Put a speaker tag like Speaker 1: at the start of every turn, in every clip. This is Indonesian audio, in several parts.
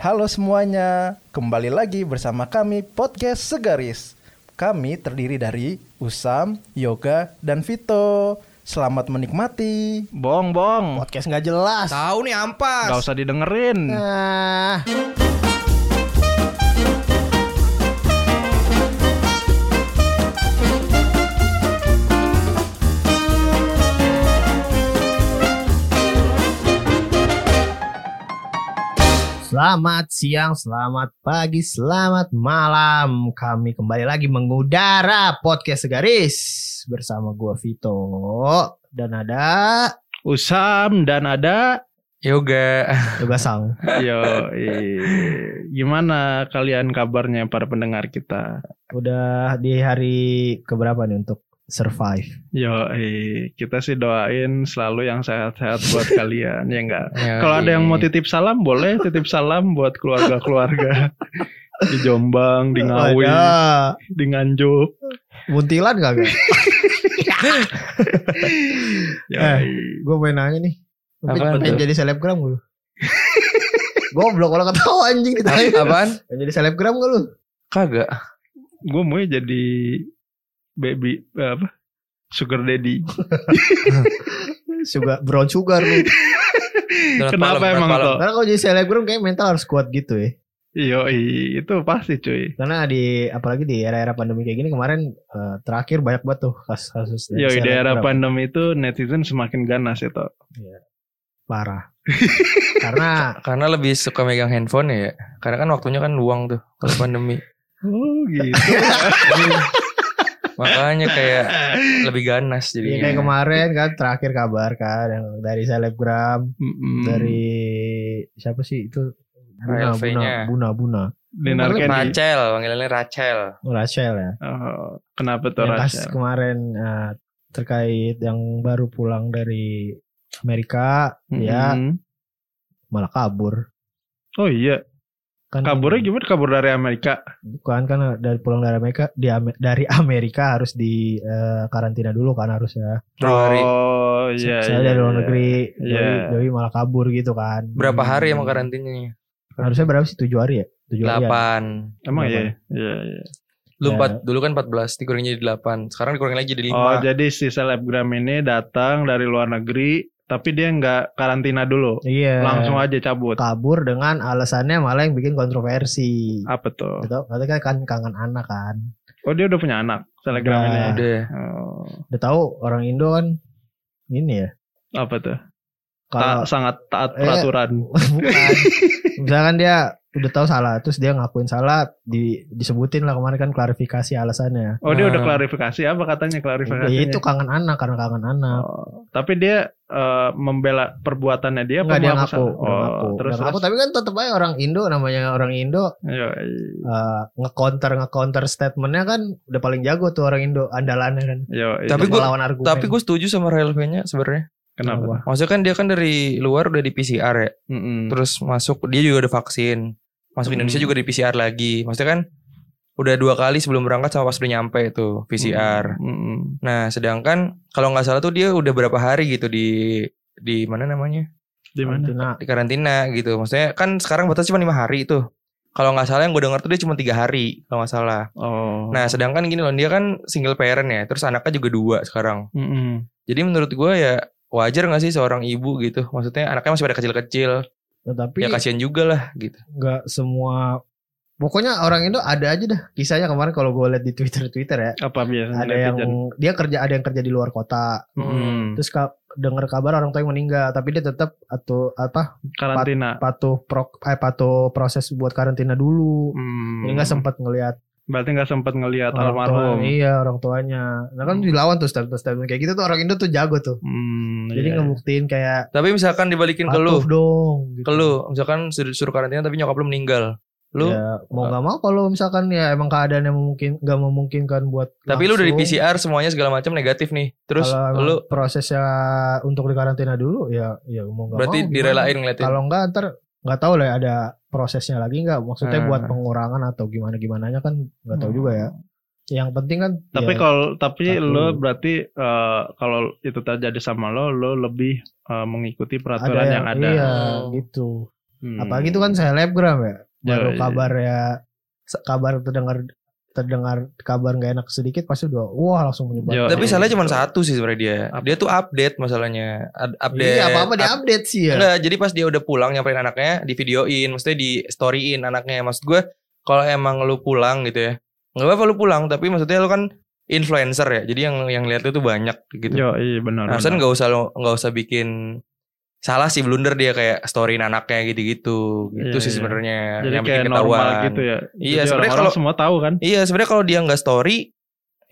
Speaker 1: Halo semuanya, kembali lagi bersama kami Podcast Segaris. Kami terdiri dari Usam, Yoga, dan Vito. Selamat menikmati. Hmm.
Speaker 2: Bong, bong.
Speaker 3: Podcast nggak jelas.
Speaker 4: Tahu nih ampas.
Speaker 2: Gak usah didengerin.
Speaker 3: Nah, selamat siang, selamat pagi, selamat malam. Kami kembali lagi mengudara podcast segaris bersama gua Vito dan ada
Speaker 2: Usam dan ada.
Speaker 4: Yoga.
Speaker 3: Yoga Sang.
Speaker 2: Yo, gimana kalian kabarnya para pendengar kita?
Speaker 3: Udah di hari keberapa nih untuk survive?
Speaker 2: Yo, kita sih doain selalu yang sehat-sehat buat kalian ya enggak. Kalau ada
Speaker 3: iya.
Speaker 2: yang mau titip salam boleh titip salam buat keluarga-keluarga di Jombang, di Ngawi,
Speaker 3: Ada.
Speaker 2: di Nganjuk.
Speaker 3: Muntilan kagak? Eh.
Speaker 2: Ya,
Speaker 3: Gue pengen nanya nih. Lu
Speaker 4: Apa
Speaker 3: pengen,
Speaker 2: tuh?
Speaker 3: pengen jadi selebgram gak lu? Goblok kalau ketawa anjing ditanya.
Speaker 4: Apaan?
Speaker 3: Pengen jadi selebgram gak lu?
Speaker 4: Kagak.
Speaker 2: gue mau jadi baby apa? Sugar daddy.
Speaker 3: Sugar, brown sugar lu.
Speaker 4: Donat
Speaker 2: Kenapa
Speaker 4: palem, donat
Speaker 2: emang
Speaker 4: palem.
Speaker 2: tuh?
Speaker 3: Karena kalau jadi selebgram kayak mental harus kuat gitu ya.
Speaker 2: Yo, itu pasti cuy.
Speaker 3: Karena di apalagi di era-era pandemi kayak gini kemarin eh, terakhir banyak banget tuh kasus-kasus dari
Speaker 2: Yo, di era
Speaker 3: selebgram.
Speaker 2: pandemi itu netizen semakin ganas ya, itu.
Speaker 3: parah. Karena
Speaker 4: Karena lebih suka megang handphone ya. Karena kan waktunya kan luang tuh kalau pandemi.
Speaker 2: Oh gitu.
Speaker 4: Makanya kayak lebih ganas
Speaker 2: Iya,
Speaker 3: ya,
Speaker 4: jadinya.
Speaker 3: kayak kemarin kan terakhir kabar kan yang dari selebgram
Speaker 2: Mm-mm.
Speaker 3: dari
Speaker 2: Hmm.
Speaker 3: siapa sih itu Buna Buna
Speaker 4: ALV-nya.
Speaker 3: Buna Buna
Speaker 2: Dinar Candy.
Speaker 4: Rachel, panggilannya Rachel.
Speaker 3: Rachel ya.
Speaker 2: Oh, kenapa tuh
Speaker 3: yang kasus
Speaker 2: Rachel?
Speaker 3: kemarin eh, terkait yang baru pulang dari Amerika
Speaker 4: Hmm.
Speaker 3: ya
Speaker 2: Mm-mm.
Speaker 3: malah kabur
Speaker 2: Mm-hmm. Oh iya,
Speaker 3: kan
Speaker 2: kaburnya gimana? Kabur dari Amerika.
Speaker 3: bukan kan dari pulang dari Amerika di Ame- dari Amerika harus di eh, karantina dulu kan harusnya
Speaker 4: Dua hari.
Speaker 2: Oh iya.
Speaker 3: saya
Speaker 2: iya,
Speaker 3: dari luar
Speaker 2: iya.
Speaker 3: negeri
Speaker 2: Iya.
Speaker 3: Dewi, Dewi malah kabur gitu kan
Speaker 4: Berapa hari emang
Speaker 3: karantina
Speaker 2: Iya,
Speaker 4: karantinanya?
Speaker 3: harusnya berapa sih tujuh hari ya tujuh hari ya?
Speaker 4: Delapan.
Speaker 2: Emang
Speaker 3: Kenapa?
Speaker 2: iya. Iya, iya.
Speaker 4: Lu
Speaker 3: Ya.
Speaker 4: empat, dulu kan 14, dikurangin jadi 8. Sekarang dikurangin lagi jadi 5.
Speaker 2: Oh jadi si selebgram ini datang dari luar negeri, tapi dia nggak karantina dulu,
Speaker 3: iya
Speaker 2: langsung aja cabut.
Speaker 3: kabur dengan alasannya malah yang bikin kontroversi
Speaker 2: Apa tuh?
Speaker 3: gitu katanya kan kangen anak kan
Speaker 2: Oh dia udah punya anak selebgram
Speaker 3: Udah.
Speaker 2: ini. ya?
Speaker 4: Udah.
Speaker 2: Oh,
Speaker 3: udah tahu orang Indo kan ini ya
Speaker 2: apa tuh?
Speaker 3: kalau
Speaker 4: Ah.
Speaker 2: Ta- sangat taat
Speaker 3: Eh.
Speaker 2: peraturan.
Speaker 3: bukan misalkan dia udah tahu salah terus dia ngakuin salah di disebutin lah kemarin kan klarifikasi alasannya
Speaker 2: Oh dia udah
Speaker 4: Nah.
Speaker 2: klarifikasi apa katanya klarifikasi?
Speaker 3: ya Eh. itu kangen anak karena kangen anak
Speaker 2: Oh, tapi dia eh, membela perbuatannya
Speaker 4: Oh,
Speaker 2: dia
Speaker 3: Enggak
Speaker 2: apa
Speaker 3: dia
Speaker 2: mengaku
Speaker 3: ngaku,
Speaker 2: salah?
Speaker 3: dia ngaku,
Speaker 2: Oh, terus
Speaker 3: dia ngaku.
Speaker 2: terus.
Speaker 3: Tapi kan tetep aja orang Indo namanya orang Indo
Speaker 2: Iya, iya,
Speaker 3: eh, nge-counter nge-counter statementnya kan udah paling jago tuh orang Indo andalannya kan.
Speaker 2: iya, iya.
Speaker 4: Tapi
Speaker 3: Untuk
Speaker 4: gua-
Speaker 3: melawan argumen.
Speaker 4: Tapi gue setuju sama Relve-nya sebenarnya.
Speaker 2: kenapa?
Speaker 3: Kenapa?
Speaker 4: Maksudnya kan dia kan dari luar udah di PCR ya.
Speaker 2: Mm-mm.
Speaker 4: Terus masuk dia juga udah vaksin. Masuk Indonesia
Speaker 2: Hmm.
Speaker 4: juga di PCR lagi. Maksudnya kan udah dua kali sebelum berangkat sama pas udah nyampe itu PCR.
Speaker 2: Mm-mm.
Speaker 4: Nah, sedangkan kalau nggak salah tuh dia udah berapa hari gitu di di mana namanya?
Speaker 2: Di mana?
Speaker 3: Karantina.
Speaker 4: Di karantina gitu. Maksudnya kan sekarang batas cuma lima hari tuh. Kalau nggak salah yang gue denger tuh dia cuma tiga hari kalau nggak salah.
Speaker 2: Oh.
Speaker 4: Nah, sedangkan gini loh dia kan single parent ya. Terus anaknya juga dua sekarang.
Speaker 2: Mm-mm.
Speaker 4: Jadi menurut gue ya wajar nggak sih seorang ibu gitu? Maksudnya anaknya masih pada kecil-kecil.
Speaker 3: Nah, tapi
Speaker 4: Ya kasihan juga lah gitu.
Speaker 3: nggak semua Pokoknya orang Indo ada aja dah kisahnya kemarin kalau gue lihat di Twitter Twitter ya
Speaker 2: Apa biasanya
Speaker 3: ada yang dia kerja ada yang kerja di luar kota
Speaker 2: Mm-mm.
Speaker 3: terus ka- dengar kabar orang tua yang meninggal tapi dia tetap atau apa
Speaker 2: karantina.
Speaker 3: patuh pro, eh, patuh proses buat karantina dulu
Speaker 2: Mm.
Speaker 3: Jadi nggak sempat ngelihat
Speaker 2: Berarti nggak sempat ngelihat
Speaker 3: orang tua-
Speaker 2: almarhum.
Speaker 3: iya orang tuanya nah kan
Speaker 2: Hmm.
Speaker 3: dilawan tuh statement statement kayak gitu tuh orang Indo tuh jago tuh
Speaker 2: Mm,
Speaker 3: jadi
Speaker 2: iya.
Speaker 3: ngebuktiin kayak
Speaker 4: Tapi misalkan dibalikin ke lu,
Speaker 3: patuh dong gitu.
Speaker 4: ke lu, misalkan suruh, suruh karantina tapi nyokap lu meninggal. Lu
Speaker 3: Ya, mau nggak mau kalau misalkan ya emang keadaannya mungkin nggak memungkinkan buat
Speaker 4: tapi lu dari
Speaker 3: Iya, langsung.
Speaker 4: PCR semuanya segala macam negatif nih. Terus
Speaker 3: kalau emang
Speaker 4: lu
Speaker 3: prosesnya untuk di karantina dulu ya ya mau nggak
Speaker 4: berarti
Speaker 3: mau gimana.
Speaker 4: direlain ngeliatin.
Speaker 3: kalau nggak ntar nggak tahu lah ya, ada prosesnya lagi nggak maksudnya
Speaker 4: Hmm.
Speaker 3: buat pengurangan atau gimana gimananya kan nggak tahu
Speaker 2: Hmm.
Speaker 3: juga ya yang penting kan
Speaker 2: Tapi
Speaker 3: ya,
Speaker 2: kalau tapi
Speaker 3: satu.
Speaker 2: lo berarti eh, kalau itu terjadi sama lo, lo lebih eh, mengikuti peraturan yang ada.
Speaker 3: ya, iya
Speaker 4: Hmm.
Speaker 3: gitu
Speaker 2: Hmm.
Speaker 3: Apalagi itu kan selebgram ya. Baru
Speaker 2: Yoi.
Speaker 3: kabar ya se- kabar terdengar terdengar kabar nggak enak sedikit pasti udah wah langsung menyebar.
Speaker 2: Yoi.
Speaker 4: Tapi
Speaker 2: Oh, iya.
Speaker 3: gitu.
Speaker 4: salahnya cuma satu sih sebenarnya dia. Dia tuh update masalahnya. Ad- update.
Speaker 3: Iya, apa-apa
Speaker 4: up-
Speaker 3: diupdate sih ya.
Speaker 4: Enggak, jadi pas dia udah pulang nyamperin anaknya, di videoin, maksudnya di storyin anaknya. Maksud gue, kalau emang lu pulang gitu ya, nggak apa-apa lu pulang, tapi maksudnya lu kan influencer ya, jadi yang yang lihat lu tuh banyak gitu.
Speaker 2: Yo, iya benar.
Speaker 4: Nah,
Speaker 2: benar.
Speaker 4: Harusnya nggak usah lu- nggak usah bikin salah sih blunder dia kayak storyin anaknya gitu-gitu, gitu
Speaker 2: Iya,
Speaker 4: sih
Speaker 2: iya.
Speaker 4: sebenarnya
Speaker 2: Jadi
Speaker 4: yang
Speaker 2: kayak
Speaker 4: bikin
Speaker 2: normal
Speaker 4: ketahuan.
Speaker 2: gitu ya.
Speaker 4: Iya,
Speaker 2: Jadi
Speaker 4: sebenarnya
Speaker 2: orang-orang
Speaker 4: kalau-
Speaker 2: semua tahu kan.
Speaker 4: Iya, sebenarnya kalau dia nggak story,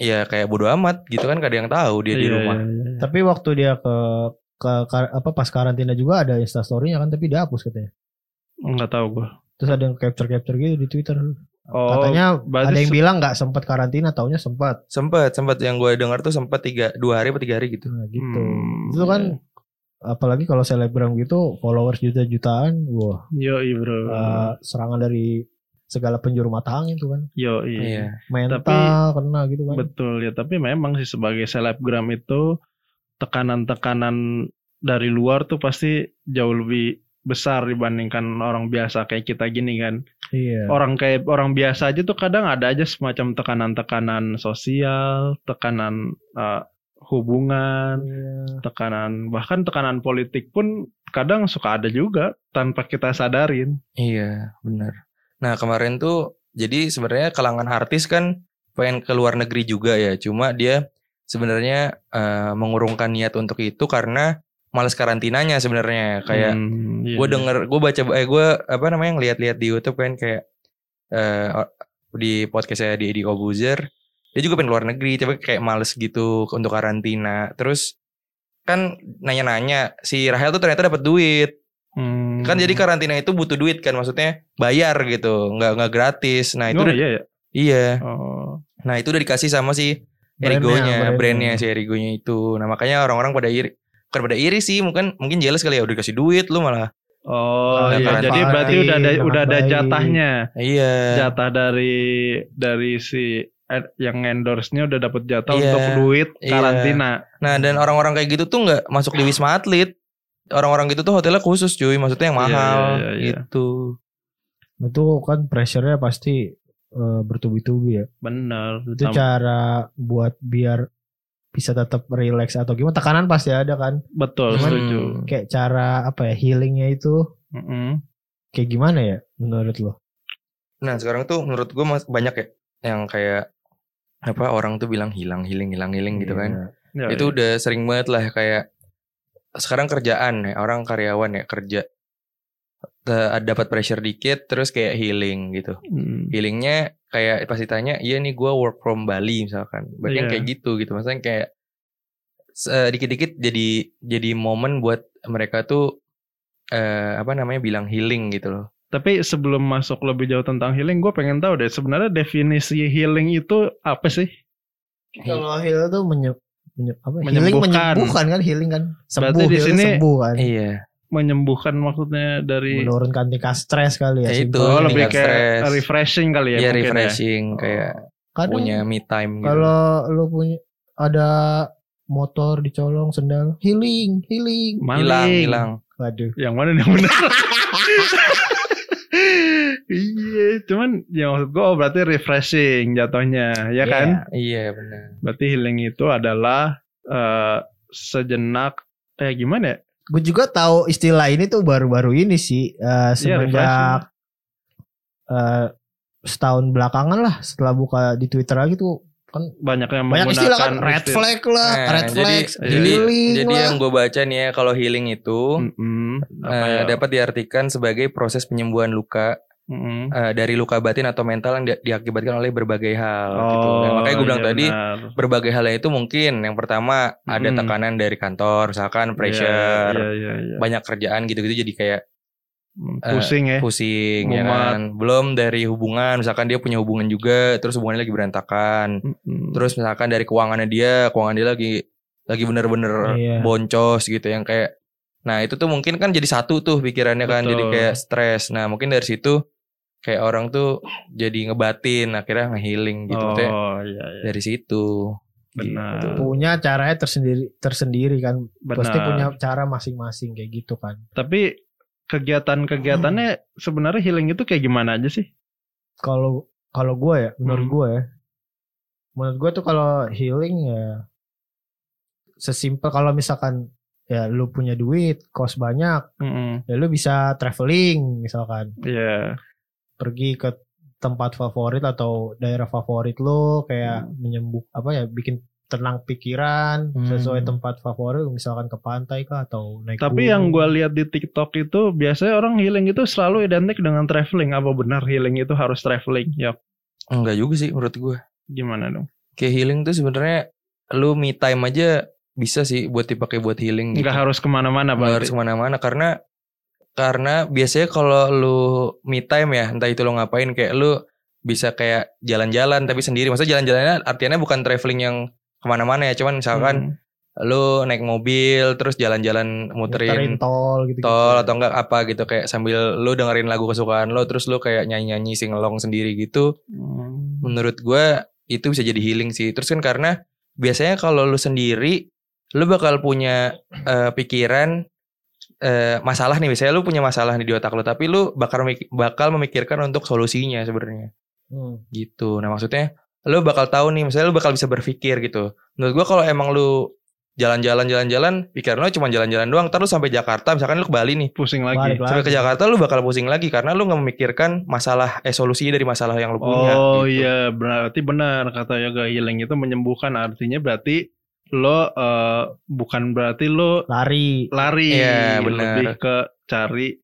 Speaker 4: ya kayak bodo amat gitu kan, gak ada yang tahu dia di
Speaker 2: Iya,
Speaker 4: rumah.
Speaker 2: iya, iya.
Speaker 3: Tapi waktu dia ke ke kar- apa pas karantina juga ada instastory-nya kan tapi dihapus katanya.
Speaker 2: Nggak tahu gue.
Speaker 3: Terus ada yang capture capture gitu di Twitter.
Speaker 2: Oh,
Speaker 3: Katanya
Speaker 2: berarti
Speaker 3: ada yang
Speaker 2: se-
Speaker 3: bilang nggak sempat karantina, taunya sempat.
Speaker 4: Sempet, sempet yang gue dengar tuh sempet tiga, dua hari atau tiga hari gitu.
Speaker 3: Nah, gitu.
Speaker 2: Hmm,
Speaker 3: itu kan apalagi kalau selebgram gitu followers juta-jutaan, wah
Speaker 2: Yo, iya bro.
Speaker 3: eh, serangan dari segala penjuru mata angin tuh kan.
Speaker 2: Yo, iya.
Speaker 3: Mental
Speaker 2: Tapi-
Speaker 3: kena gitu kan.
Speaker 2: Betul ya, tapi memang sih sebagai selebgram itu tekanan-tekanan dari luar tuh pasti jauh lebih besar dibandingkan orang biasa kayak kita gini kan.
Speaker 3: Iya.
Speaker 2: Orang kayak orang biasa aja tuh kadang ada aja semacam tekanan-tekanan sosial, tekanan eh, hubungan,
Speaker 4: Iya.
Speaker 2: tekanan bahkan tekanan politik pun kadang suka ada juga tanpa kita sadarin.
Speaker 4: Iya, benar. Nah kemarin tuh, jadi sebenarnya kalangan artis kan pengen ke luar negeri juga ya. Cuma dia sebenarnya eh, mengurungkan niat untuk itu karena males karantinanya sebenarnya. Kayak
Speaker 2: Hmm, iya,
Speaker 4: gue
Speaker 2: iya.
Speaker 4: denger gue baca eh gue apa namanya ngeliat-liat di YouTube kan kayak eh o- di podcast saya di Edi Kobuzer dia juga pengen luar negeri tapi kayak males gitu untuk karantina terus kan nanya-nanya si Rahel tuh ternyata dapat duit
Speaker 2: Hmm.
Speaker 4: kan jadi karantina itu butuh duit kan maksudnya bayar gitu nggak nggak gratis nah itu
Speaker 2: Oh,
Speaker 4: udah-
Speaker 2: iya ya.
Speaker 4: iya
Speaker 2: Oh.
Speaker 4: nah itu udah dikasih sama si
Speaker 3: Brandnya,
Speaker 4: Erigonya
Speaker 3: brandnya.
Speaker 4: brandnya si Erigonya itu nah makanya orang-orang pada iri bukan pada iri sih mungkin mungkin jelas kali ya udah dikasih duit lu malah
Speaker 2: Oh
Speaker 4: Nah,
Speaker 2: iya,
Speaker 4: tangan
Speaker 2: jadi
Speaker 3: partai,
Speaker 2: berarti udah ada
Speaker 3: tangan
Speaker 2: udah ada
Speaker 3: baik.
Speaker 2: jatahnya,
Speaker 4: iya
Speaker 2: jatah dari dari si eh, yang endorse-nya udah dapat jatah
Speaker 4: Iya,
Speaker 2: untuk duit
Speaker 4: iya.
Speaker 2: karantina.
Speaker 4: Nah
Speaker 2: Hmm.
Speaker 4: dan orang-orang kayak gitu tuh nggak masuk di Wisma Atlet. Orang-orang gitu tuh hotelnya khusus cuy, maksudnya yang
Speaker 2: Iya,
Speaker 4: mahal
Speaker 2: iya, iya.
Speaker 4: gitu.
Speaker 2: Oh.
Speaker 3: Itu kan pressure-nya pasti eh, bertubi-tubi ya.
Speaker 2: Bener.
Speaker 3: Itu
Speaker 2: Tam-
Speaker 3: cara buat biar bisa tetap relax atau gimana tekanan pasti ada kan.
Speaker 2: Betul,
Speaker 3: Cuman-
Speaker 2: setuju.
Speaker 4: Hmm.
Speaker 3: Kayak cara apa ya healingnya itu
Speaker 2: Mm-mm.
Speaker 3: kayak gimana ya menurut lo?
Speaker 4: Nah sekarang tuh menurut gue mas- banyak ya yang kayak apa orang tuh bilang hilang hilang hilang hilang gitu kan.
Speaker 2: Ya,
Speaker 4: Itu udah sering banget lah kayak sekarang kerjaan ya orang karyawan ya kerja Te- dapat pressure dikit terus kayak healing gitu.
Speaker 2: ya. Hmm.
Speaker 4: feelingnya kayak pasti tanya iya nih gue work from Bali misalkan banyak yang
Speaker 2: Iya.
Speaker 4: kayak gitu gitu maksudnya kayak se- dikit-dikit jadi jadi momen buat mereka tuh eh apa namanya bilang healing gitu loh
Speaker 2: Tapi sebelum masuk lebih jauh tentang healing, gue pengen tahu deh sebenarnya definisi healing itu apa sih?
Speaker 3: Kalau heal tuh menye, menye- apa, ya, healing
Speaker 2: Menyembuhkan.
Speaker 3: menyembuhkan kan healing kan sembuh
Speaker 2: Berarti di
Speaker 3: healing
Speaker 2: sini-
Speaker 3: sembuh kan
Speaker 4: iya
Speaker 2: Menyembuhkan maksudnya dari
Speaker 3: menurunkan tingkat stres kali ya.
Speaker 4: Ya itu.
Speaker 2: Oh,
Speaker 3: simpelnya.
Speaker 2: lebih
Speaker 4: tingkat
Speaker 2: kayak
Speaker 4: stres.
Speaker 2: refreshing kali ya
Speaker 4: iya
Speaker 2: mungkin
Speaker 4: refreshing kayak
Speaker 3: Kadang
Speaker 4: punya me time gitu
Speaker 3: Kalau lu punya ada motor dicolong sendal healing healing
Speaker 2: ya. Maling.
Speaker 4: hilang hilang
Speaker 3: waduh
Speaker 2: Yang mana yang benar? iya, cuman ya maksud gue oh, berarti refreshing jatuhnya, ya kan?
Speaker 4: iya benar
Speaker 2: Berarti healing itu adalah eh, sejenak eh gimana ya?
Speaker 3: gue juga tahu istilah ini tuh baru-baru ini sih eh,
Speaker 2: Iya,
Speaker 3: semenjak eh, setahun belakangan lah setelah buka di Twitter lagi tuh
Speaker 2: Banyak yang
Speaker 3: banyak istilah kan
Speaker 2: menggunakan
Speaker 3: red
Speaker 2: istilah- Eh,
Speaker 3: flag lah
Speaker 4: Nah,
Speaker 3: Ah, red
Speaker 4: jadi
Speaker 3: flags
Speaker 2: jadi-
Speaker 3: healing
Speaker 4: jadi
Speaker 3: lah
Speaker 4: yang gue baca nih ya kalau healing itu
Speaker 2: Mm-mm. Apa
Speaker 4: eh,
Speaker 2: ya?
Speaker 4: dapat diartikan sebagai proses penyembuhan luka
Speaker 2: Mm-mm.
Speaker 4: eh, dari luka batin atau mental yang di- diakibatkan oleh berbagai hal gitu. Nah, makanya gue bilang
Speaker 2: iya
Speaker 4: tadi
Speaker 2: benar.
Speaker 4: berbagai hal itu mungkin yang pertama ada
Speaker 2: Mm-mm.
Speaker 4: tekanan dari kantor, misalkan pressure,
Speaker 2: Iya, iya, iya, iya.
Speaker 4: banyak kerjaan gitu-gitu jadi kayak
Speaker 2: Mm, Pusing ya.
Speaker 4: Eh, pusing ya
Speaker 2: Mumet.
Speaker 4: kan. Belum dari hubungan, misalkan dia punya hubungan juga terus hubungannya lagi berantakan.
Speaker 2: Mm-mm.
Speaker 4: Terus misalkan dari keuangannya dia, keuangan dia lagi lagi bener-bener
Speaker 3: Iya.
Speaker 4: boncos gitu yang kayak nah itu tuh mungkin kan jadi satu tuh pikirannya kan jadi
Speaker 2: Betul.
Speaker 4: kayak stres nah mungkin dari situ kayak orang tuh jadi ngebatin akhirnya ngehealing gitu Maksudnya
Speaker 2: Oh, iya, iya.
Speaker 4: dari situ
Speaker 2: Benar.
Speaker 4: Gitu.
Speaker 3: punya caranya tersendiri tersendiri kan pasti
Speaker 2: Benar.
Speaker 3: punya cara masing-masing kayak gitu kan
Speaker 2: Tapi kegiatan-kegiatannya sebenarnya healing itu kayak gimana aja sih?
Speaker 3: kalau kalau gue ya menurut
Speaker 2: Hmm.
Speaker 3: gue ya menurut gue tuh kalau healing ya sesimpel kalau misalkan ya lu punya duit kos banyak
Speaker 2: Mm-mm.
Speaker 3: ya lu bisa traveling misalkan
Speaker 2: Iya.
Speaker 3: pergi ke tempat favorit atau daerah favorit lu kayak
Speaker 2: Hmm.
Speaker 3: menyembuh apa ya bikin tenang pikiran
Speaker 4: Hmm.
Speaker 3: sesuai tempat favorit misalkan ke pantai kah atau naik
Speaker 2: Tapi
Speaker 3: gunung.
Speaker 2: yang gue lihat di TikTok itu biasanya orang healing itu selalu identik dengan traveling. Apa benar healing itu harus traveling? Ya,
Speaker 4: Enggak juga sih menurut gue.
Speaker 2: gimana dong?
Speaker 4: Kayak healing tuh sebenarnya lu me time aja bisa sih buat dipakai buat healing gitu.
Speaker 2: Nggak harus kemana-mana,
Speaker 4: Nggak harus
Speaker 2: berarti.
Speaker 4: kemana-mana karena karena biasanya kalau lu me time ya entah itu lu ngapain kayak lu bisa kayak jalan-jalan tapi sendiri. Maksudnya jalan-jalannya artinya bukan traveling yang kemana-mana ya. Cuman misalkan
Speaker 2: Hmm.
Speaker 4: lu naik mobil terus jalan-jalan
Speaker 3: Muterin
Speaker 4: muterin
Speaker 3: tol gitu
Speaker 4: tol atau enggak apa gitu kayak sambil lu dengerin lagu kesukaan lo terus lu kayak nyanyi-nyanyi singelong sendiri gitu
Speaker 2: Hmm.
Speaker 4: menurut gua itu bisa jadi healing sih terus kan karena biasanya kalau lu sendiri lu bakal punya eh, pikiran eh, masalah nih misalnya lu punya masalah nih di otak lu tapi lu bakal mik- bakal memikirkan untuk solusinya sebenarnya
Speaker 3: Hmm,
Speaker 4: gitu. Nah maksudnya lo bakal tahu nih, misalnya lo bakal bisa berpikir gitu. Menurut gua kalau emang lo jalan-jalan jalan-jalan, pikiran lo cuma jalan-jalan doang, ntar lo sampai Jakarta, misalkan lo ke Bali nih,
Speaker 2: Pusing
Speaker 3: Balik
Speaker 2: lagi.
Speaker 3: lagi.
Speaker 4: sampai ke Jakarta lo bakal pusing lagi karena lo nggak memikirkan masalah eh solusi dari masalah yang lo punya.
Speaker 2: Oh
Speaker 4: gitu.
Speaker 2: iya, berarti benar kata yoga healing itu menyembuhkan. Artinya berarti lo eh, bukan berarti lo
Speaker 3: lari
Speaker 2: lari,
Speaker 4: Iya, benar.
Speaker 2: lebih ke cari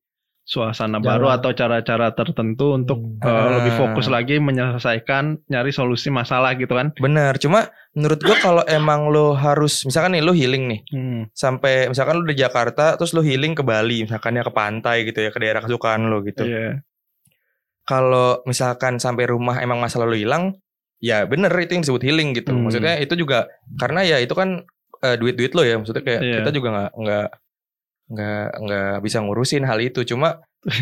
Speaker 3: Jalan.
Speaker 2: suasana baru atau cara-cara tertentu
Speaker 3: Hmm.
Speaker 2: untuk eh,
Speaker 4: Ah.
Speaker 2: lebih fokus lagi menyelesaikan nyari solusi masalah gitu kan.
Speaker 4: Bener. Cuma menurut gua kalau emang lo harus, misalkan nih lo healing nih,
Speaker 2: Hmm,
Speaker 4: sampai misalkan lo dari Jakarta, terus lo healing ke Bali, misalkan ya ke pantai gitu ya, ke daerah kesukaan lo gitu.
Speaker 2: Iya.
Speaker 4: kalau misalkan sampai rumah emang masalah lo hilang, ya bener itu yang disebut healing gitu.
Speaker 2: Hmm.
Speaker 4: Maksudnya itu juga karena ya itu kan eh, duit-duit lo ya. Maksudnya kayak
Speaker 2: Iya.
Speaker 4: kita juga nggak nggak nggak nggak bisa ngurusin hal itu. Cuma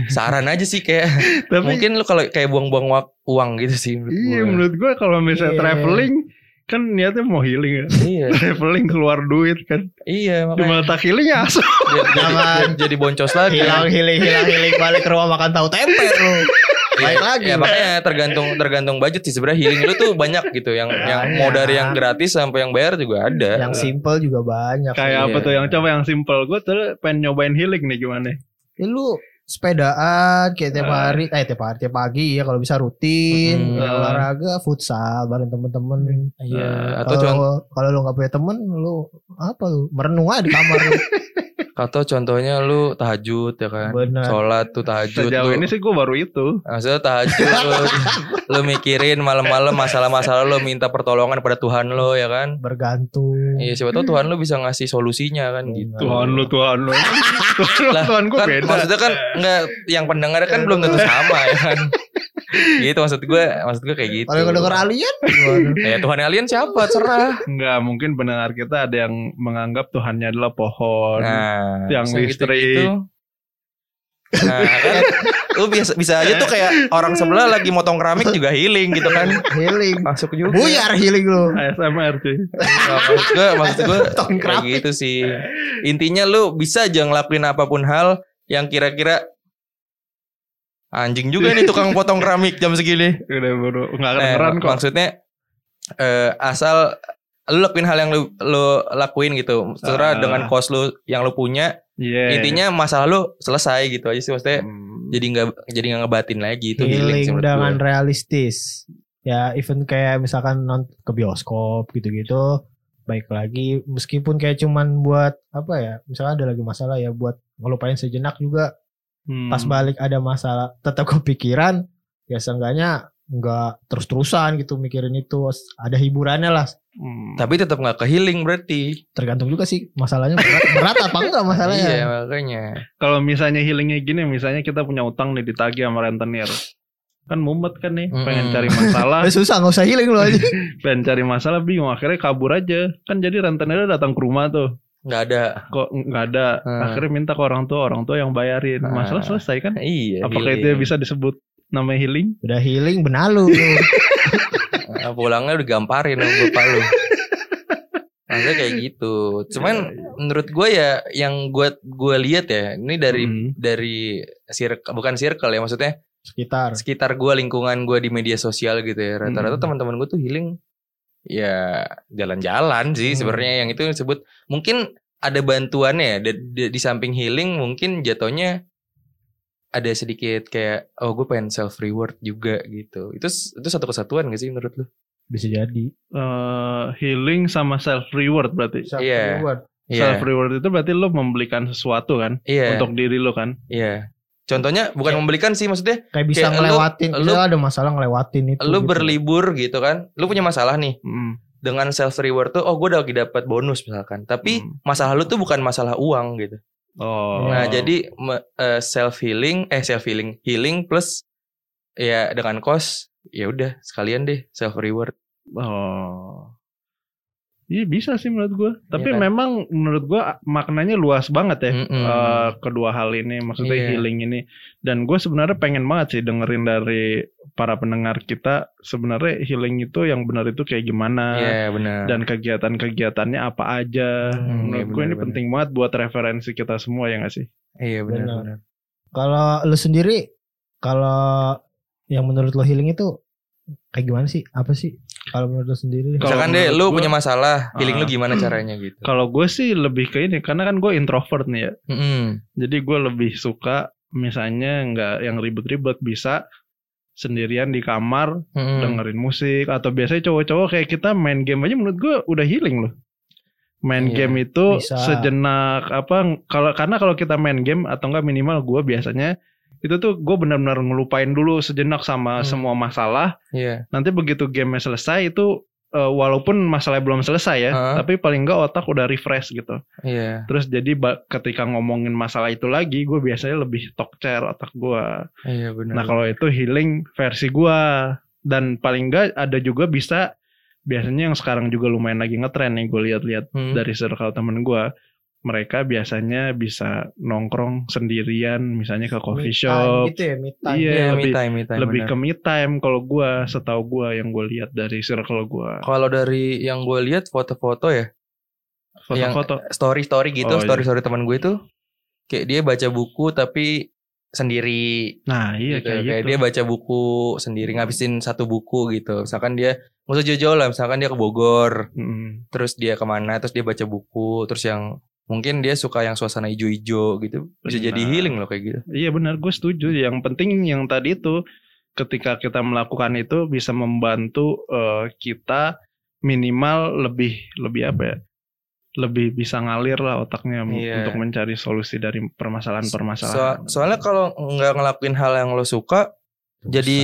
Speaker 4: saran aja sih kayak
Speaker 2: Tapi
Speaker 4: mungkin lo kalau kayak buang-buang wak- uang gitu sih. menurut
Speaker 2: iya
Speaker 4: gua.
Speaker 2: menurut gue kalau misalnya
Speaker 3: Iya.
Speaker 2: traveling kan niatnya mau healing ya.
Speaker 4: Iya,
Speaker 2: traveling keluar duit kan.
Speaker 4: iya
Speaker 2: Di
Speaker 4: makanya
Speaker 2: mata healingnya asal.
Speaker 4: jadi,
Speaker 3: Jangan.
Speaker 4: jadi, jadi boncos lagi. Iya.
Speaker 3: hilang hilang hilang hilang balik ke rumah makan tahu tempe lu balik lagi
Speaker 4: Ya makanya tergantung tergantung budget sih sebenarnya healing lu tuh banyak gitu yang
Speaker 3: Nah, iya.
Speaker 4: yang mau dari yang gratis sampai yang bayar juga ada.
Speaker 3: yang simple juga banyak
Speaker 2: Kayak
Speaker 4: Iya.
Speaker 2: apa tuh yang coba yang simple gue tuh pengen nyobain healing nih gimana?
Speaker 3: Ya, lu sepedaan kayak tiap
Speaker 2: Eh.
Speaker 4: Nah.
Speaker 3: hari eh tiap hari tiap pagi ya kalau bisa rutin
Speaker 4: Mm.
Speaker 3: ya, olahraga futsal bareng temen-temen
Speaker 4: Iya, atau contoh
Speaker 3: kalau kalau lu nggak punya temen lu apa lu merenung aja di kamar lu.
Speaker 4: Atau contohnya lu tahajud ya kan.
Speaker 3: bener
Speaker 4: Sholat tuh tahajud
Speaker 2: Sejauh
Speaker 4: lu.
Speaker 2: ini sih gue baru itu.
Speaker 4: Maksudnya tahajud lu, lu mikirin malam-malam masalah-masalah lu minta pertolongan pada Tuhan lu ya kan.
Speaker 3: bergantung
Speaker 4: Iya siapa tahu Tuhan lu bisa ngasih solusinya kan
Speaker 3: Benar.
Speaker 4: gitu.
Speaker 2: Tuhan lu, Tuhan lu. Tuhan lu,
Speaker 4: Lah,
Speaker 2: Tuhan gue
Speaker 4: Kan,
Speaker 2: beda.
Speaker 4: maksudnya kan enggak yang pendengar kan
Speaker 3: Iya,
Speaker 4: belum tentu sama ya kan. gitu maksud gue, maksud gue kayak gitu.
Speaker 3: kalau yang denger alien gimana?
Speaker 4: Ya Tuhan alien siapa? Serah.
Speaker 2: Enggak, mungkin pendengar kita ada yang menganggap Tuhannya adalah pohon.
Speaker 4: Nah,
Speaker 2: Tiang
Speaker 4: bisa
Speaker 2: listrik.
Speaker 4: gitu-gitu. Nah, kan lu bisa bisa aja tuh kayak orang sebelah lagi motong keramik juga healing gitu kan.
Speaker 3: healing
Speaker 4: Masuk juga.
Speaker 3: buyar healing lu
Speaker 2: ASMR cuy.
Speaker 4: Nah, maksud gue, maksud gue
Speaker 3: Tong
Speaker 4: kayak
Speaker 3: kerapik.
Speaker 4: gitu sih. Intinya lu bisa aja ngelakuin apapun hal yang kira-kira anjing juga nih tukang potong keramik jam segini.
Speaker 2: Udah baru enggak
Speaker 4: Eh,
Speaker 2: kedengeran kok.
Speaker 4: Maksudnya eh, asal lu lakuin hal yang lu, lu lakuin gitu.
Speaker 2: Ah.
Speaker 4: Setelah dengan cost lu yang lu punya,
Speaker 2: Iya.
Speaker 4: intinya masalah lu selesai gitu aja sih maksudnya.
Speaker 2: Hmm.
Speaker 4: Jadi nggak jadi nggak ngebatin lagi itu healing, sih
Speaker 3: healing
Speaker 4: menurut
Speaker 2: kan.
Speaker 3: dengan
Speaker 4: gue.
Speaker 3: realistis ya even kayak misalkan non ke bioskop gitu-gitu baik lagi meskipun kayak cuman buat apa ya misalkan ada lagi masalah ya buat ngelupain sejenak juga
Speaker 2: Hmm.
Speaker 3: pas balik ada masalah tetap kepikiran ya seenggaknya nggak terus-terusan gitu mikirin itu ada hiburannya lah
Speaker 2: Hmm.
Speaker 4: Tapi tetap nggak ke healing berarti.
Speaker 3: tergantung juga sih masalahnya berat, berat apa enggak masalahnya
Speaker 2: ya.
Speaker 4: Iya makanya.
Speaker 2: Kalau misalnya healingnya gini, misalnya kita punya utang nih ditagih sama rentenir. Kan mumet kan nih, pengen
Speaker 4: Mm-mm.
Speaker 2: cari masalah,
Speaker 3: Eh, susah nggak usah healing lo aja
Speaker 2: pengen cari masalah bingung, akhirnya kabur aja. Kan jadi rentenir datang ke rumah tuh,
Speaker 4: Nggak ada.
Speaker 2: kok nggak ada.
Speaker 4: Hmm.
Speaker 2: Akhirnya minta ke orang tua, orang tua yang bayarin.
Speaker 4: Hmm.
Speaker 2: Masalah selesai kan?
Speaker 4: Iya.
Speaker 2: Apakah itu
Speaker 4: healing.
Speaker 2: bisa disebut namanya healing?
Speaker 3: udah healing benalu lu.
Speaker 4: Ah, pulangnya udah gamparin sama bapak lu. Maksudnya kayak gitu. Cuman
Speaker 2: Iya, Hmm.
Speaker 4: menurut gue ya yang gue gue lihat ya ini dari
Speaker 2: Hmm.
Speaker 4: dari circle bukan circle ya maksudnya
Speaker 3: sekitar
Speaker 4: sekitar gue lingkungan gue di media sosial gitu ya rata-rata
Speaker 2: Hmm.
Speaker 4: teman-teman gue tuh healing ya jalan-jalan sih
Speaker 3: Hmm.
Speaker 4: sebenarnya yang itu disebut mungkin ada bantuannya ya di, di- di samping healing mungkin jatuhnya ada sedikit kayak oh gue pengen self reward juga gitu itu s- itu satu kesatuan gak sih menurut lu
Speaker 3: bisa jadi
Speaker 2: Eh, healing sama self reward berarti.
Speaker 3: Self
Speaker 4: Iya.
Speaker 3: reward.
Speaker 2: Self
Speaker 4: iya
Speaker 2: reward itu berarti lo membelikan sesuatu kan
Speaker 4: iya
Speaker 2: untuk diri lo kan.
Speaker 4: iya contohnya
Speaker 3: Iya.
Speaker 4: bukan membelikan sih maksudnya
Speaker 3: kayak bisa
Speaker 4: Kayak lu-
Speaker 3: ngelewatin
Speaker 4: lu-
Speaker 3: lu, ada masalah ngelewatin itu
Speaker 4: lu
Speaker 3: gitu.
Speaker 4: berlibur gitu kan lu punya masalah nih
Speaker 2: Hmm.
Speaker 4: dengan self reward tuh oh gue udah lagi dapat bonus misalkan tapi
Speaker 2: Hmm.
Speaker 4: masalah lu tuh bukan masalah uang gitu
Speaker 2: Oh.
Speaker 4: Nah, jadi self healing eh self healing, healing plus ya dengan cost ya udah sekalian deh self reward.
Speaker 2: Oh. Iya bisa sih menurut gua. Tapi
Speaker 4: Iya kan?
Speaker 2: memang menurut gua ah, maknanya luas banget ya.
Speaker 4: Mm-mm.
Speaker 2: eh, kedua hal ini maksudnya
Speaker 4: Iya.
Speaker 2: healing ini dan gue sebenarnya pengen banget sih dengerin dari para pendengar kita sebenarnya healing itu yang benar itu kayak gimana
Speaker 4: Iya, benar.
Speaker 2: dan kegiatan-kegiatannya apa aja
Speaker 3: Hmm,
Speaker 2: eh, menurut gue
Speaker 4: iya,
Speaker 2: ini
Speaker 4: benar-benar.
Speaker 2: penting banget buat referensi kita semua ya nggak sih
Speaker 4: Iya, benar.
Speaker 3: Benar.
Speaker 4: benar.
Speaker 3: kalau lu sendiri kalau yang menurut lo healing itu kayak gimana sih apa sih kalau menurut lo sendiri
Speaker 2: Kalau
Speaker 4: Misalkan deh
Speaker 2: menurut
Speaker 4: lu
Speaker 2: gua-
Speaker 4: punya masalah, healing lu
Speaker 2: Ah.
Speaker 4: gimana caranya gitu.
Speaker 2: kalau gue sih lebih ke ini karena kan gue introvert nih ya
Speaker 4: Mm-mm.
Speaker 2: jadi gue lebih suka misalnya nggak yang ribet-ribet bisa sendirian di kamar
Speaker 4: Mm-mm.
Speaker 2: dengerin musik atau biasanya cowok-cowok kayak kita main game aja menurut gue udah healing loh. Main
Speaker 4: Iya,
Speaker 2: game itu
Speaker 3: bisa.
Speaker 2: sejenak apa kalau karena kalau kita main game atau enggak minimal gue biasanya itu tuh gue benar-benar ngelupain dulu sejenak sama
Speaker 4: Hmm.
Speaker 2: semua masalah.
Speaker 4: Iya.
Speaker 2: Nanti begitu gamenya selesai itu eh, walaupun masalahnya belum selesai ya,
Speaker 4: Heeh.
Speaker 2: tapi paling enggak otak udah refresh gitu.
Speaker 4: Iya.
Speaker 2: Terus jadi ba- ketika ngomongin masalah itu lagi, gue biasanya lebih tokcer otak gue.
Speaker 4: Iya, benar.
Speaker 2: Nah kalau itu healing versi gua dan paling enggak ada juga bisa biasanya yang sekarang juga lumayan lagi ngetren nih gue lihat-lihat
Speaker 4: Hmm.
Speaker 2: dari circle temen gua mereka biasanya bisa nongkrong sendirian misalnya ke
Speaker 3: Me
Speaker 2: coffee
Speaker 3: time
Speaker 2: shop
Speaker 3: gitu ya me time.
Speaker 2: iya
Speaker 4: Iya, me
Speaker 2: lebih
Speaker 4: time, me time,
Speaker 2: lebih
Speaker 4: benar.
Speaker 2: ke me time kalau gua setahu gua yang gue lihat dari circle gua
Speaker 4: kalau dari yang gue lihat foto-foto ya,
Speaker 2: foto-foto
Speaker 4: story-story gitu,
Speaker 2: Oh, iya.
Speaker 4: story-story teman gue itu kayak dia baca buku tapi sendiri
Speaker 2: nah iya
Speaker 4: gitu.
Speaker 2: kayak,
Speaker 4: Kayak
Speaker 2: gitu
Speaker 4: dia baca buku sendiri ngabisin satu buku gitu misalkan dia nggak usah jauh-jauh lah misalkan dia ke Bogor
Speaker 2: Mm.
Speaker 4: terus dia kemana terus dia baca buku terus yang mungkin dia suka yang suasana ijo-ijo gitu bisa jadi
Speaker 2: Benar.
Speaker 4: healing loh kayak gitu
Speaker 2: Iya benar, gue setuju. Yang penting yang tadi itu ketika kita melakukan itu bisa membantu eh, kita minimal lebih lebih apa ya? Lebih bisa ngalir lah otaknya m-
Speaker 4: Iya.
Speaker 2: untuk mencari solusi dari
Speaker 4: So-
Speaker 2: permasalahan-permasalahan.
Speaker 4: soalnya kalau nggak ngelakuin hal yang lo suka jadi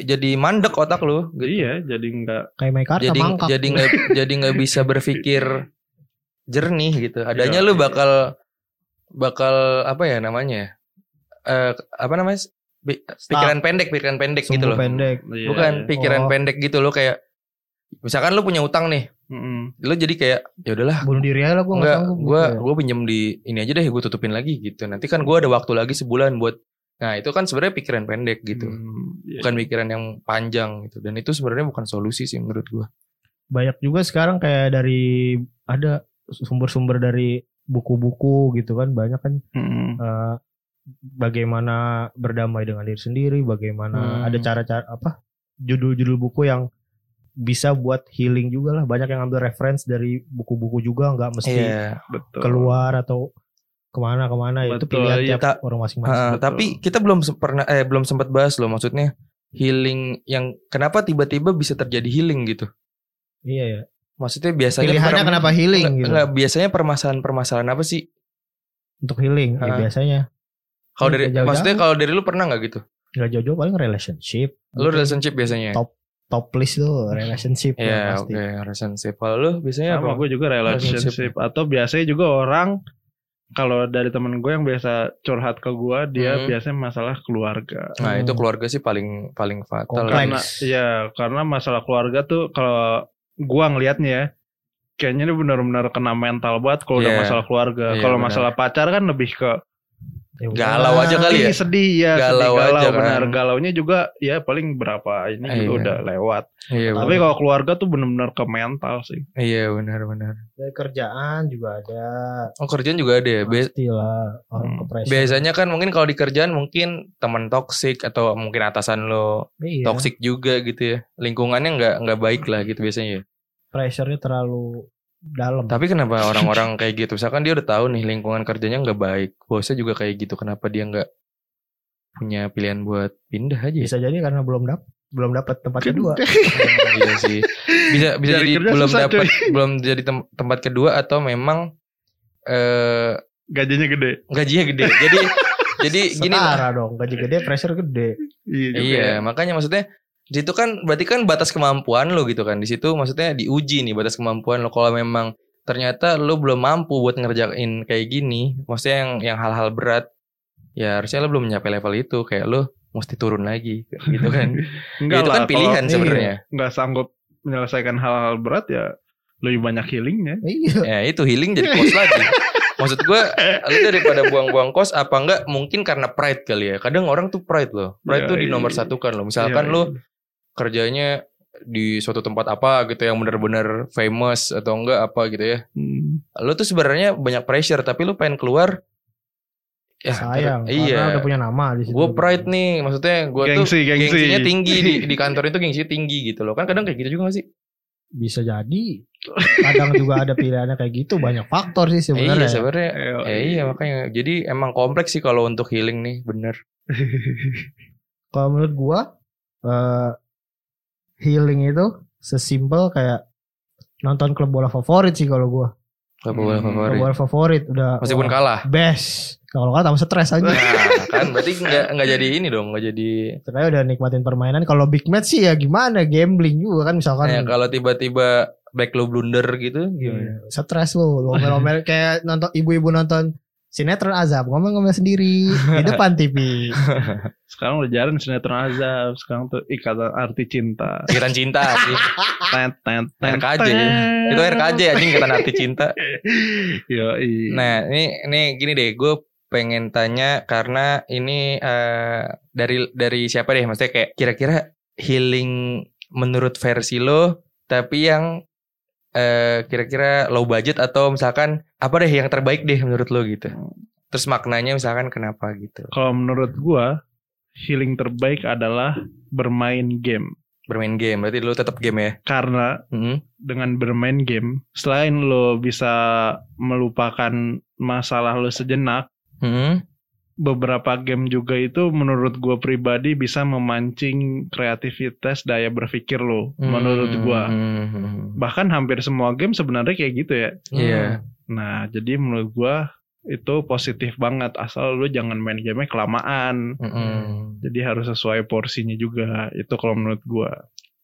Speaker 2: ah.
Speaker 4: jadi mandek otak lo gitu
Speaker 2: iya, jadi nggak
Speaker 3: kayak main kartu
Speaker 4: jadi
Speaker 3: mangkak
Speaker 4: jadi nggak jadi nggak bisa berpikir jernih gitu
Speaker 2: Iya,
Speaker 4: adanya lo bakal bakal apa ya namanya Eh apa namanya Bi- pikiran pendek pikiran pendek gitu
Speaker 3: Sumbu
Speaker 4: loh
Speaker 3: pendek
Speaker 2: iya.
Speaker 4: Bukan
Speaker 3: Oh.
Speaker 4: pikiran pendek gitu lo kayak misalkan lo punya utang nih,
Speaker 2: Mm-mm.
Speaker 4: lo jadi kayak ya udahlah,
Speaker 3: bunuh diri aja lah gue nggak
Speaker 4: enggak
Speaker 3: sanggup
Speaker 4: gua
Speaker 3: gitu
Speaker 4: gua pinjem di ini aja deh gue tutupin lagi gitu. Nanti kan gua ada waktu lagi sebulan buat Nah, itu kan sebenarnya pikiran pendek gitu.
Speaker 2: Mm, iya.
Speaker 4: Bukan pikiran yang panjang gitu. Dan itu sebenarnya bukan solusi sih menurut
Speaker 3: ya.
Speaker 4: gua.
Speaker 3: banyak juga sekarang kayak dari ada sumber-sumber dari buku-buku gitu kan banyak kan
Speaker 2: Mm-mm.
Speaker 3: eh, bagaimana berdamai dengan diri sendiri bagaimana
Speaker 4: Hmm.
Speaker 3: ada cara-cara apa judul-judul buku yang bisa buat healing juga lah banyak yang ambil reference dari buku-buku juga nggak mesti
Speaker 4: Iya.
Speaker 2: betul.
Speaker 3: keluar atau kemana-kemana itu
Speaker 2: Betul,
Speaker 3: pilihan
Speaker 2: iya.
Speaker 3: tiap orang masing-masing.
Speaker 4: Heeh,
Speaker 2: betul.
Speaker 4: tapi kita belum se- pernah eh belum sempat bahas loh maksudnya healing yang kenapa tiba-tiba bisa terjadi healing gitu.
Speaker 3: Iya ya.
Speaker 4: Maksudnya biasanya
Speaker 3: Pilihannya
Speaker 4: perm-
Speaker 3: kenapa healing
Speaker 4: Enggak-
Speaker 3: gitu?
Speaker 4: enggak, biasanya permasalahan-permasalahan apa sih?
Speaker 3: Untuk healing ya
Speaker 4: Heeh.
Speaker 3: biasanya
Speaker 4: Kalau
Speaker 3: Nggak
Speaker 4: dari
Speaker 3: Iya, jauh-jauh.
Speaker 4: maksudnya kalau dari lu pernah nggak gitu?
Speaker 3: nggak jauh-jauh paling relationship.
Speaker 4: Lu
Speaker 3: Mungkin
Speaker 4: relationship biasanya?
Speaker 3: Top. top list tuh relationship
Speaker 4: Iya,
Speaker 3: ya pasti.
Speaker 4: oke, relationship. Kalau lu biasanya
Speaker 2: Sama
Speaker 4: apa?
Speaker 2: gue juga relationship atau biasanya juga orang kalau dari temen gue yang biasa curhat ke gue dia
Speaker 4: Mm.
Speaker 2: biasanya masalah keluarga.
Speaker 4: Nah,
Speaker 3: Hmm.
Speaker 4: itu keluarga sih paling paling fatal.
Speaker 3: Kompleks.
Speaker 2: karena ya karena masalah keluarga tuh kalau gua ngelihatnya ya kayaknya ini benar-benar kena mental banget kalau udah
Speaker 4: Iya.
Speaker 2: masalah keluarga
Speaker 4: Iya,
Speaker 2: kalau
Speaker 4: benar.
Speaker 2: masalah pacar kan lebih ke
Speaker 3: Ya udah.
Speaker 4: Galau aja kali ya.
Speaker 2: Ih, sedih ya,
Speaker 4: Galau
Speaker 2: sedih,
Speaker 4: aja
Speaker 2: galau
Speaker 4: kan.
Speaker 2: benar. Galaunya juga ya paling berapa ini
Speaker 4: Iya.
Speaker 2: juga udah lewat.
Speaker 4: Iya
Speaker 2: Tapi
Speaker 4: benar.
Speaker 2: kalau keluarga tuh benar-benar ke mental sih.
Speaker 4: Iya benar benar.
Speaker 3: Dari kerjaan juga ada.
Speaker 4: Oh kerjaan juga ada ya. Be-
Speaker 3: Pastilah orang
Speaker 2: Hmm.
Speaker 3: kepresi.
Speaker 4: biasanya kan mungkin kalau di kerjaan mungkin teman toksik atau mungkin atasan lo
Speaker 3: Iya.
Speaker 4: toksik juga gitu ya. Lingkungannya nggak nggak baik lah gitu biasanya. ya.
Speaker 3: Pressure-nya terlalu dalam.
Speaker 4: Tapi kenapa orang-orang kayak gitu? Misalkan dia udah tahu nih lingkungan kerjanya nggak baik, bosnya juga kayak gitu. Kenapa dia nggak punya pilihan buat pindah aja? ya?
Speaker 3: Bisa jadi karena belum dapat belum dapat tempat
Speaker 2: Kan
Speaker 3: kedua.
Speaker 4: Iya sih. Bisa bisa
Speaker 2: Cari
Speaker 4: jadi
Speaker 2: kerja
Speaker 4: belum
Speaker 2: susah,
Speaker 4: dapat belum jadi tem- tempat kedua atau memang eh
Speaker 2: Gajinya gede.
Speaker 4: gajinya gede. Jadi jadi gini lah.
Speaker 3: Setara dong, gaji gede, pressure gede.
Speaker 2: Iya. juga
Speaker 4: Iya,
Speaker 2: ya.
Speaker 4: makanya maksudnya di situ kan berarti kan batas kemampuan lo gitu kan. Di situ maksudnya diuji nih batas kemampuan lo kalau memang ternyata lo belum mampu buat ngerjain kayak gini, maksudnya yang yang hal-hal berat ya harusnya lo belum mencapai level itu kayak lo mesti turun lagi gitu kan.
Speaker 2: Enggak
Speaker 4: itu
Speaker 2: lah.
Speaker 4: kan pilihan
Speaker 2: kalau iya,
Speaker 4: sebenarnya.
Speaker 2: Enggak sanggup menyelesaikan hal-hal berat ya lebih banyak healingnya.
Speaker 3: Iya.
Speaker 4: Ya itu healing jadi kos lagi. Maksud gue lu daripada buang-buang kos apa enggak mungkin karena pride kali ya. Kadang orang tuh pride loh.
Speaker 2: Iya,
Speaker 4: Pride tuh
Speaker 2: iya.
Speaker 4: di nomor satu kan loh.
Speaker 2: Iya,
Speaker 4: Misalkan lo
Speaker 2: iya.
Speaker 4: kerjanya di suatu tempat apa gitu yang benar-benar famous atau enggak apa gitu ya.
Speaker 2: Hmm.
Speaker 4: Lu tuh sebenarnya banyak pressure tapi lu pengen keluar ya
Speaker 3: Sayang,
Speaker 4: ter-
Speaker 3: iya.
Speaker 4: iya.
Speaker 3: karena udah punya nama di situ.
Speaker 4: Gue pride nih, maksudnya gue tuh
Speaker 2: Gengsi, gengsi.
Speaker 4: gengsinya tinggi di, di kantor itu gengsinya tinggi gitu loh. Kan kadang kayak gitu juga gak sih?
Speaker 3: Bisa jadi. Kadang juga ada pilihannya kayak gitu, banyak faktor sih
Speaker 4: Eh,
Speaker 3: sebenarnya.
Speaker 4: iya sebenarnya.
Speaker 2: Ayo,
Speaker 4: Eh, iya makanya. Jadi emang kompleks sih kalau untuk healing nih, bener.
Speaker 3: Kalau menurut gua eh, healing itu sesimpel kayak nonton klub bola favorit sih kalau gua.
Speaker 4: Klub
Speaker 2: Hmm,
Speaker 4: bola
Speaker 3: Klub
Speaker 4: favorit.
Speaker 3: bola favorit udah
Speaker 4: Meskipun
Speaker 3: wah,
Speaker 4: kalah.
Speaker 3: best. Kalau kalah tambah stres aja.
Speaker 4: Nah, kan berarti nggak nggak jadi ini dong, nggak jadi.
Speaker 3: Tapi udah nikmatin permainan. Kalau big match sih ya gimana? Gambling juga kan misalkan.
Speaker 4: Ya, kalau tiba-tiba back lo blunder gitu gimana?
Speaker 3: Iya, Stres lu, lu ngomel-ngomel kayak nonton ibu-ibu nonton sinetron azab ngomel-ngomel sendiri di depan TV.
Speaker 2: Sekarang udah jarang sinetron azab. Sekarang tuh ikatan arti cinta.
Speaker 4: Ikatan cinta sih.
Speaker 2: Tent, tent, tent,
Speaker 4: RKJ.
Speaker 2: tent.
Speaker 4: Itu RKJ anjing ikatan arti cinta.
Speaker 2: Iya. Yoi.
Speaker 4: Nah, ini ini gini deh, gue pengen tanya karena ini eh, dari dari siapa deh? Maksudnya kayak kira-kira healing menurut versi lo, tapi yang eh, kira-kira low budget atau misalkan apa deh yang terbaik deh menurut lo gitu? Terus maknanya misalkan kenapa gitu?
Speaker 2: Kalau menurut gua healing terbaik adalah bermain game.
Speaker 4: Bermain game, berarti lo tetap game ya?
Speaker 2: Karena
Speaker 4: Mm-mm.
Speaker 2: dengan bermain game, selain lo bisa melupakan masalah lo sejenak,
Speaker 4: Mm-mm.
Speaker 2: beberapa game juga itu menurut gua pribadi bisa memancing kreativitas daya berpikir lo. Menurut
Speaker 4: Hmm.
Speaker 2: gua.
Speaker 4: Mm-mm.
Speaker 2: Bahkan hampir semua game sebenarnya kayak gitu ya.
Speaker 4: hmm. Iya.
Speaker 2: Nah, jadi menurut gua itu positif banget asal lu jangan main game kelamaan.
Speaker 4: Mm-mm.
Speaker 2: Jadi harus sesuai porsinya juga. Itu kalau menurut gua.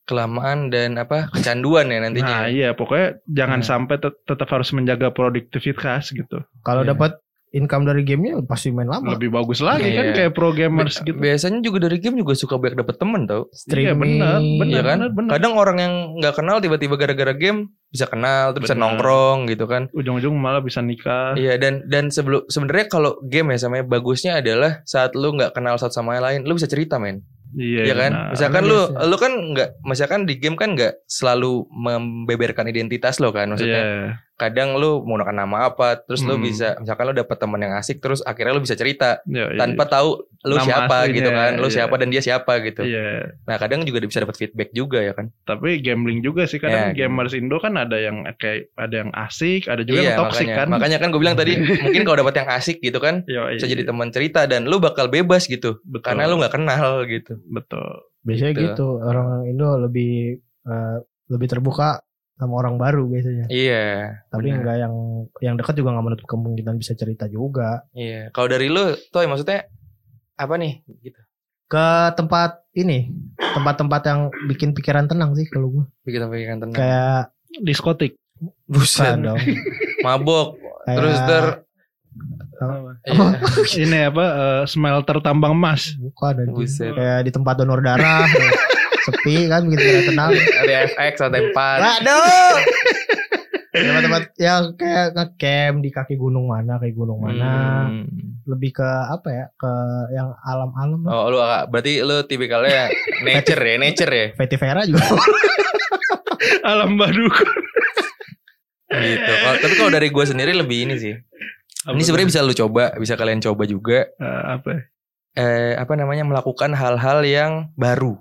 Speaker 4: Kelamaan dan apa kecanduan ya
Speaker 2: Nah,
Speaker 4: nantinya?
Speaker 2: iya pokoknya jangan
Speaker 4: Hmm.
Speaker 2: sampai tet- tetap harus menjaga produktivitas gitu.
Speaker 3: Kalau
Speaker 4: Iya.
Speaker 3: dapat income dari gamenya pasti main lama.
Speaker 2: Lebih bagus lagi kan
Speaker 4: Iya.
Speaker 2: kayak pro gamers
Speaker 4: Bi-
Speaker 2: gitu.
Speaker 4: Biasanya juga dari game juga suka banyak dapet temen tau.
Speaker 2: Iya, benar, benar,
Speaker 4: Iya kan?
Speaker 2: benar, benar.
Speaker 4: Kadang orang yang nggak kenal tiba-tiba gara-gara game bisa kenal, terus bisa
Speaker 2: Benar.
Speaker 4: nongkrong gitu kan.
Speaker 2: Ujung-ujung malah bisa nikah.
Speaker 4: Iya dan dan sebelum sebenarnya kalau game ya samanya bagusnya adalah saat lu nggak kenal satu sama lain, lu bisa cerita men.
Speaker 2: Iya
Speaker 4: Iya kan?
Speaker 2: nah.
Speaker 4: misalkan
Speaker 3: Karena
Speaker 4: lu
Speaker 3: biasa.
Speaker 4: lu kan nggak misalkan di game kan nggak selalu membeberkan identitas lo kan
Speaker 2: Iya.
Speaker 4: maksudnya. Kadang lu menggunakan nama apa, terus lu
Speaker 2: Hmm.
Speaker 4: bisa misalkan lu dapet temen yang asik terus akhirnya lu bisa cerita
Speaker 2: Iya, iya.
Speaker 4: tanpa tahu lu
Speaker 2: Nama
Speaker 4: siapa gitu
Speaker 2: aslinya,
Speaker 4: kan. Lu
Speaker 2: iya.
Speaker 4: siapa dan dia siapa gitu.
Speaker 2: Iya,
Speaker 4: Nah, kadang juga bisa dapat feedback juga ya kan.
Speaker 2: tapi gambling juga sih kadang
Speaker 4: Iya,
Speaker 2: gamers Indo kan ada yang kayak ada yang asik, ada juga yang toksik
Speaker 4: makanya,
Speaker 2: kan.
Speaker 4: Makanya kan gue bilang tadi mungkin kalau dapat yang asik gitu kan
Speaker 2: Iya,
Speaker 4: bisa
Speaker 2: iya.
Speaker 4: jadi teman cerita dan lu bakal bebas gitu
Speaker 2: Betul.
Speaker 4: karena lu nggak kenal gitu.
Speaker 2: betul.
Speaker 3: Biasanya
Speaker 4: Gitu.
Speaker 3: gitu. Orang Indo lebih eh, lebih terbuka sama orang baru biasanya.
Speaker 4: Iya.
Speaker 3: Tapi
Speaker 4: benar.
Speaker 3: enggak yang yang dekat juga nggak menutup kemungkinan bisa cerita juga.
Speaker 4: Iya. Kalau dari lu tuh maksudnya apa nih gitu.
Speaker 3: Ke tempat ini, tempat-tempat yang bikin pikiran tenang sih kalau gua.
Speaker 4: Bikin pikiran tenang.
Speaker 3: Kayak
Speaker 2: Diskotik.
Speaker 3: bukan
Speaker 4: Buset.
Speaker 3: dong.
Speaker 4: Mabok. Terus
Speaker 3: Kayak-
Speaker 4: ter
Speaker 3: Apa?
Speaker 4: Iya.
Speaker 2: Ini apa eh, smelter tambang emas.
Speaker 3: Bukan anjing.
Speaker 4: Buset.
Speaker 3: Kayak di tempat donor darah kayak Sepi kan bikin kita tenang
Speaker 4: iya, Ada FX ada empat.
Speaker 3: Aduh Tempat-tempat Ya kayak ngecamp Di kaki gunung mana Kayak gunung mana
Speaker 4: Hmm.
Speaker 3: lebih ke apa ya ke yang alam-alam lah.
Speaker 4: Oh, lu agak- berarti lu tipikalnya nature ya, nature ya.
Speaker 3: Veti Vera juga
Speaker 2: Alam Baduka.
Speaker 4: Gitu. Kalau- tapi kalau dari gua sendiri lebih ini sih. Ini sebenarnya bisa lu coba, bisa kalian coba juga.
Speaker 2: Eh, apa? ya?
Speaker 4: Eh, apa namanya melakukan hal-hal yang baru.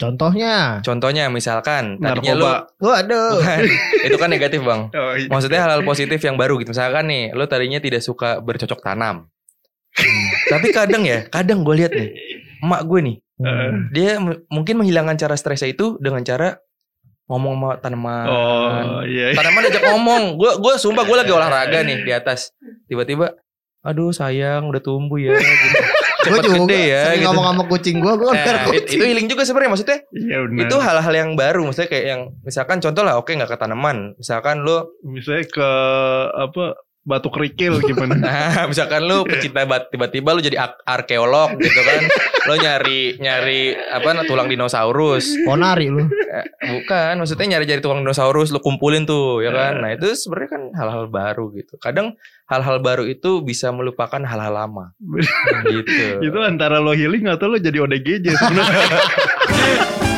Speaker 3: contohnya
Speaker 4: Contohnya misalkan tadinya lu
Speaker 2: Narkoba.
Speaker 3: waduh
Speaker 4: Bukan. itu kan negatif bang.
Speaker 2: Oh, iya.
Speaker 4: Maksudnya hal-hal positif yang baru gitu. Misalkan nih, lo tadinya tidak suka bercocok tanam. Tapi kadang ya, kadang gue lihat nih, emak gue nih,
Speaker 2: Eh.
Speaker 3: Hmm.
Speaker 4: dia m- mungkin menghilangkan cara stresnya itu dengan cara ngomong sama tanaman.
Speaker 2: Oh iya.
Speaker 4: Tanaman ajak ngomong. Gue gue sumpah gue lagi olahraga nih di atas. Tiba-tiba, aduh sayang udah tumbuh ya. Gitu.
Speaker 3: Gua
Speaker 4: Cepet
Speaker 3: juga
Speaker 4: gede ya.
Speaker 3: sering
Speaker 4: gitu.
Speaker 3: ngomong sama kucing gue gue
Speaker 4: Nah, it- itu healing juga sebenarnya maksudnya
Speaker 2: Iya benar.
Speaker 4: itu hal-hal yang baru maksudnya kayak yang misalkan contoh lah oke nggak ke tanaman misalkan lo
Speaker 2: misalnya ke apa batu kerikil gimana?
Speaker 4: Nah, misalkan lu pecinta bat- tiba-tiba lu jadi ak- arkeolog gitu kan. lu nyari nyari apa nah, tulang dinosaurus.
Speaker 3: ponari lu
Speaker 4: Eh, bukan, maksudnya nyari-nyari tulang dinosaurus lu kumpulin tuh, ya kan. Nah, itu sebenarnya kan hal-hal baru gitu. Kadang hal-hal baru itu bisa melupakan hal-hal lama. gitu.
Speaker 2: itu antara lo healing atau lo jadi ODGJ sebenarnya.